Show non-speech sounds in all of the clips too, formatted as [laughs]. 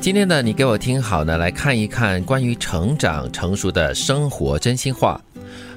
今天呢，你给我听好呢，来看一看关于成长成熟的生活真心话。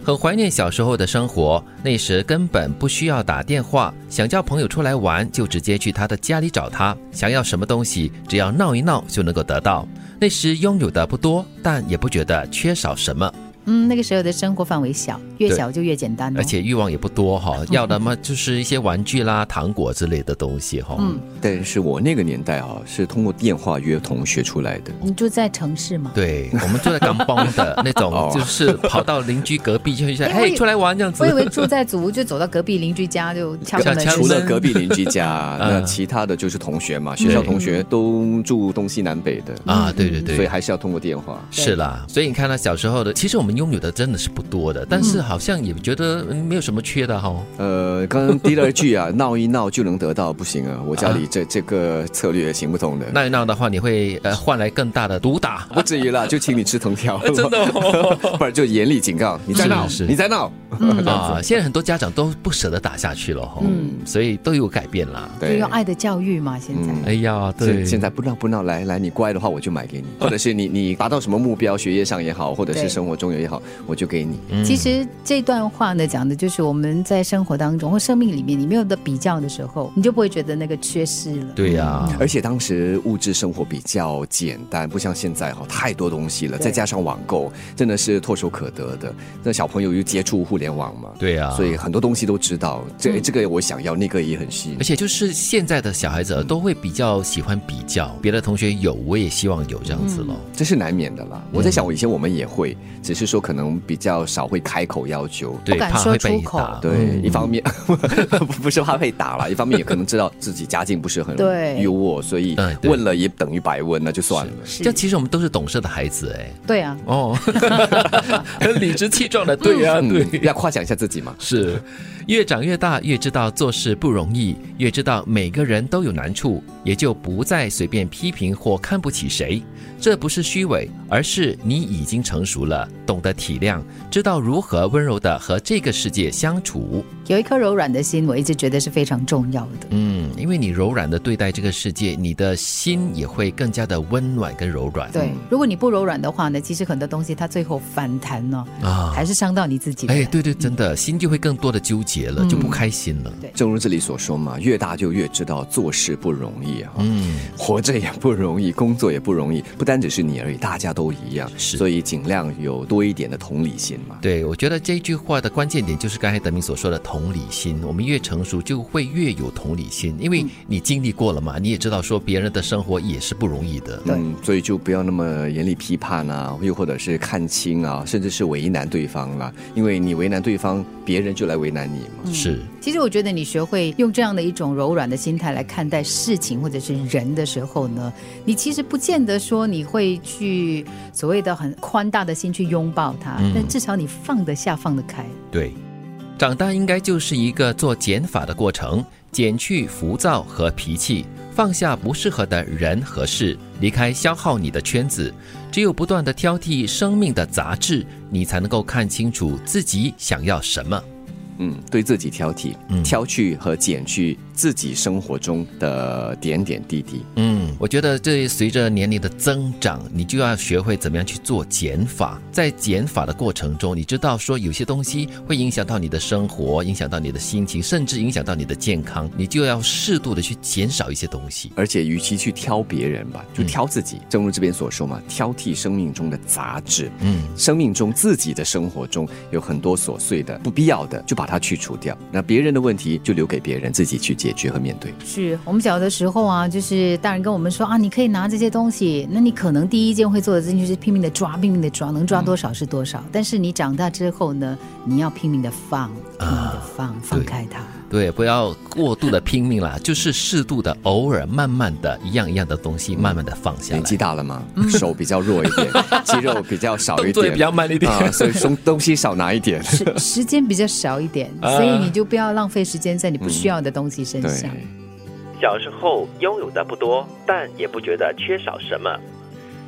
很怀念小时候的生活，那时根本不需要打电话，想叫朋友出来玩就直接去他的家里找他，想要什么东西只要闹一闹就能够得到。那时拥有的不多，但也不觉得缺少什么，嗯，那个时候的生活范围小，越对小就越简单、哦。而，且欲望也不多哈、要的嘛就是一些玩具啦、糖果之类的东西 [laughs] 哈、嗯，但是我那个年代啊，是通过电话约同学出来的。你住在城市嘛？对，我们住在港帮的那 [laughs] 种哦，就是跑到邻居隔壁就一下，因为嘿，出来玩这样我以子。为住在祖屋，就走到隔壁邻居家就敲小 [laughs] 门敲除出门来。了隔壁邻居 [laughs] 家，嗯那其他的就是同学嘛，学校同学都住东西南北的，啊，对对嗯所以对。还是要通过电话。是啦，所以你看到小时候的，其实我们拥有的真的是不多的，但嗯是好像也觉得嗯没有什么缺的哈、呃，刚刚第二句啊，闹一闹就能得到，不行啊，我家里这这个策略行不通的。那一闹的话，你会呃换来更大的毒 [laughs] 打，不至于啦，就请你吃藤条， [laughs] 真的、哦。 [laughs] 不然就严厉警告你再闹是是，你再闹。嗯，啊，现在很多家长都不舍得打下去了哈、嗯所以都有改变啦。就用爱的教育嘛。现在，嗯哎呀，对，现现在不闹不闹，来来，你乖的话我就买给你，或者是你你达到什么目标，学业上也好，或者对是生活中也好，我就给你。嗯其实这段话呢，讲的就是我们在生活当中或生命里面，你没有的比较的时候，你就不会觉得那个缺失了。对呀、嗯而且当时物质生活比较简单，不像现在哈、太多东西了，对再加上网购，真的是唾手可得的。那小朋友又接触互联网嘛，对呀、所以很多东西都知道，这嗯这个我想要，那个也很吸引而。且就是现在的小孩子都会比较喜欢比较，别的同学有，我也希望有这样子咯。嗯这是难免的啦。我嗯在想，我以前我们也会，只是说可能比较少会开口要求。对，不敢怕说会被出口打。对，嗯一方面 [laughs] 不是怕被打了，一方面也可能知道自己家境不是很对优渥，所以对嗯对问了也等于白问，那就算了。嗯这其实我们都是懂事的孩子哎。对啊， [laughs] 哦，很理直气壮的，对呀、嗯啊对。要夸奖一下自己嘛。是，越长越大，越知道做事不容易，越知道每个人都有难处，也就不再随便批评或看不起谁。这不是虚伪，而是你已经成熟了，懂得体谅，知道如何温柔的和这个世界相处。有一颗柔软的心，我一直觉得是非常重要的。嗯，因为你柔软的对待这个世界，你的心也会更加的温暖跟柔软。对，如果你不柔软的话呢，其实很多东西它最后反弹呢、啊，还是伤到你自己的。哎，对对，真的、心就会更多的纠结嗯了，就不开心了。对正如这里所说嘛，越大就越知道做事不容易哈、嗯，活着也不容易，工作也不容易，不单只是你而已，大家都一样，是所以尽量有多一点的同理心嘛。对，我觉得这句话的关键点就是刚才德明所说的同理心。我们越成熟，就会越有同理心，因为你经历过了嘛，你也知道说别人的生活也是不容易的。对嗯，所以就不要那么严厉批判啊，又或者是看清啊，甚至是为难对方啦、因为你为难对方，别人就来为难你嘛。是，其实我觉得你学会用这样的一种柔软的心态来看待事情或者是人的时候呢，你其实不见得说你会去所谓的很宽大的心去拥抱它，嗯但至少你放得下，放得开。对。长大应该就是一个做减法的过程，减去浮躁和脾气，放下不适合的人和事，离开消耗你的圈子。只有不断的挑剔生命的杂质，你才能够看清楚自己想要什么。嗯，对自己挑剔，挑去和减去自己生活中的点点滴滴。嗯，我觉得这随着年龄的增长，你就要学会怎么样去做减法。在减法的过程中，你知道说有些东西会影响到你的生活，影响到你的心情，甚至影响到你的健康，你就要适度的去减少一些东西。而且，与其去挑别人吧，嗯就挑自己。正如这边所说嘛，挑剔生命中的杂质，嗯，生命中自己的生活中有很多琐碎的、不必要的，就把它去除掉。那别人的问题就留给别人自己去解决和面对。是我们小的时候啊，就是大人跟我们说啊，你可以拿这些东西，那你可能第一件会做的事情就是拼命的抓，拼命的抓，能抓多少是多少。但是你长大之后呢，你要拼命的放，拼命的放，放开它。啊对，不要过度的拼命啦，就是适度的，偶尔慢慢的一样一样的东西，慢慢的放下来嗯年。纪大了嘛，手比较弱一 [laughs] 点，肌肉比较少动一作也点，比较慢一点啊， [laughs] 所以东东西少拿一点。时时间比较少一点，所以你就不要浪费时间在你不需要的东西身对，上。小时候拥有的不多，但也不觉得缺少什么。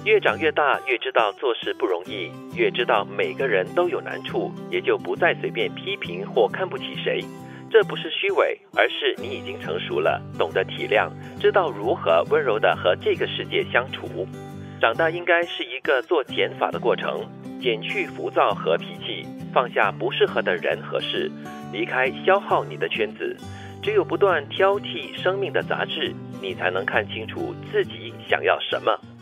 越长越大，越知道做事不容易，越知道每个人都有难处，也就不再随便批评或看不起谁。这不是虚伪，而是你已经成熟了，懂得体谅，知道如何温柔地和这个世界相处。长大应该是一个做减法的过程，减去浮躁和脾气，放下不适合的人和事，离开消耗你的圈子。只有不断挑剔生命的杂质，你才能看清楚自己想要什么。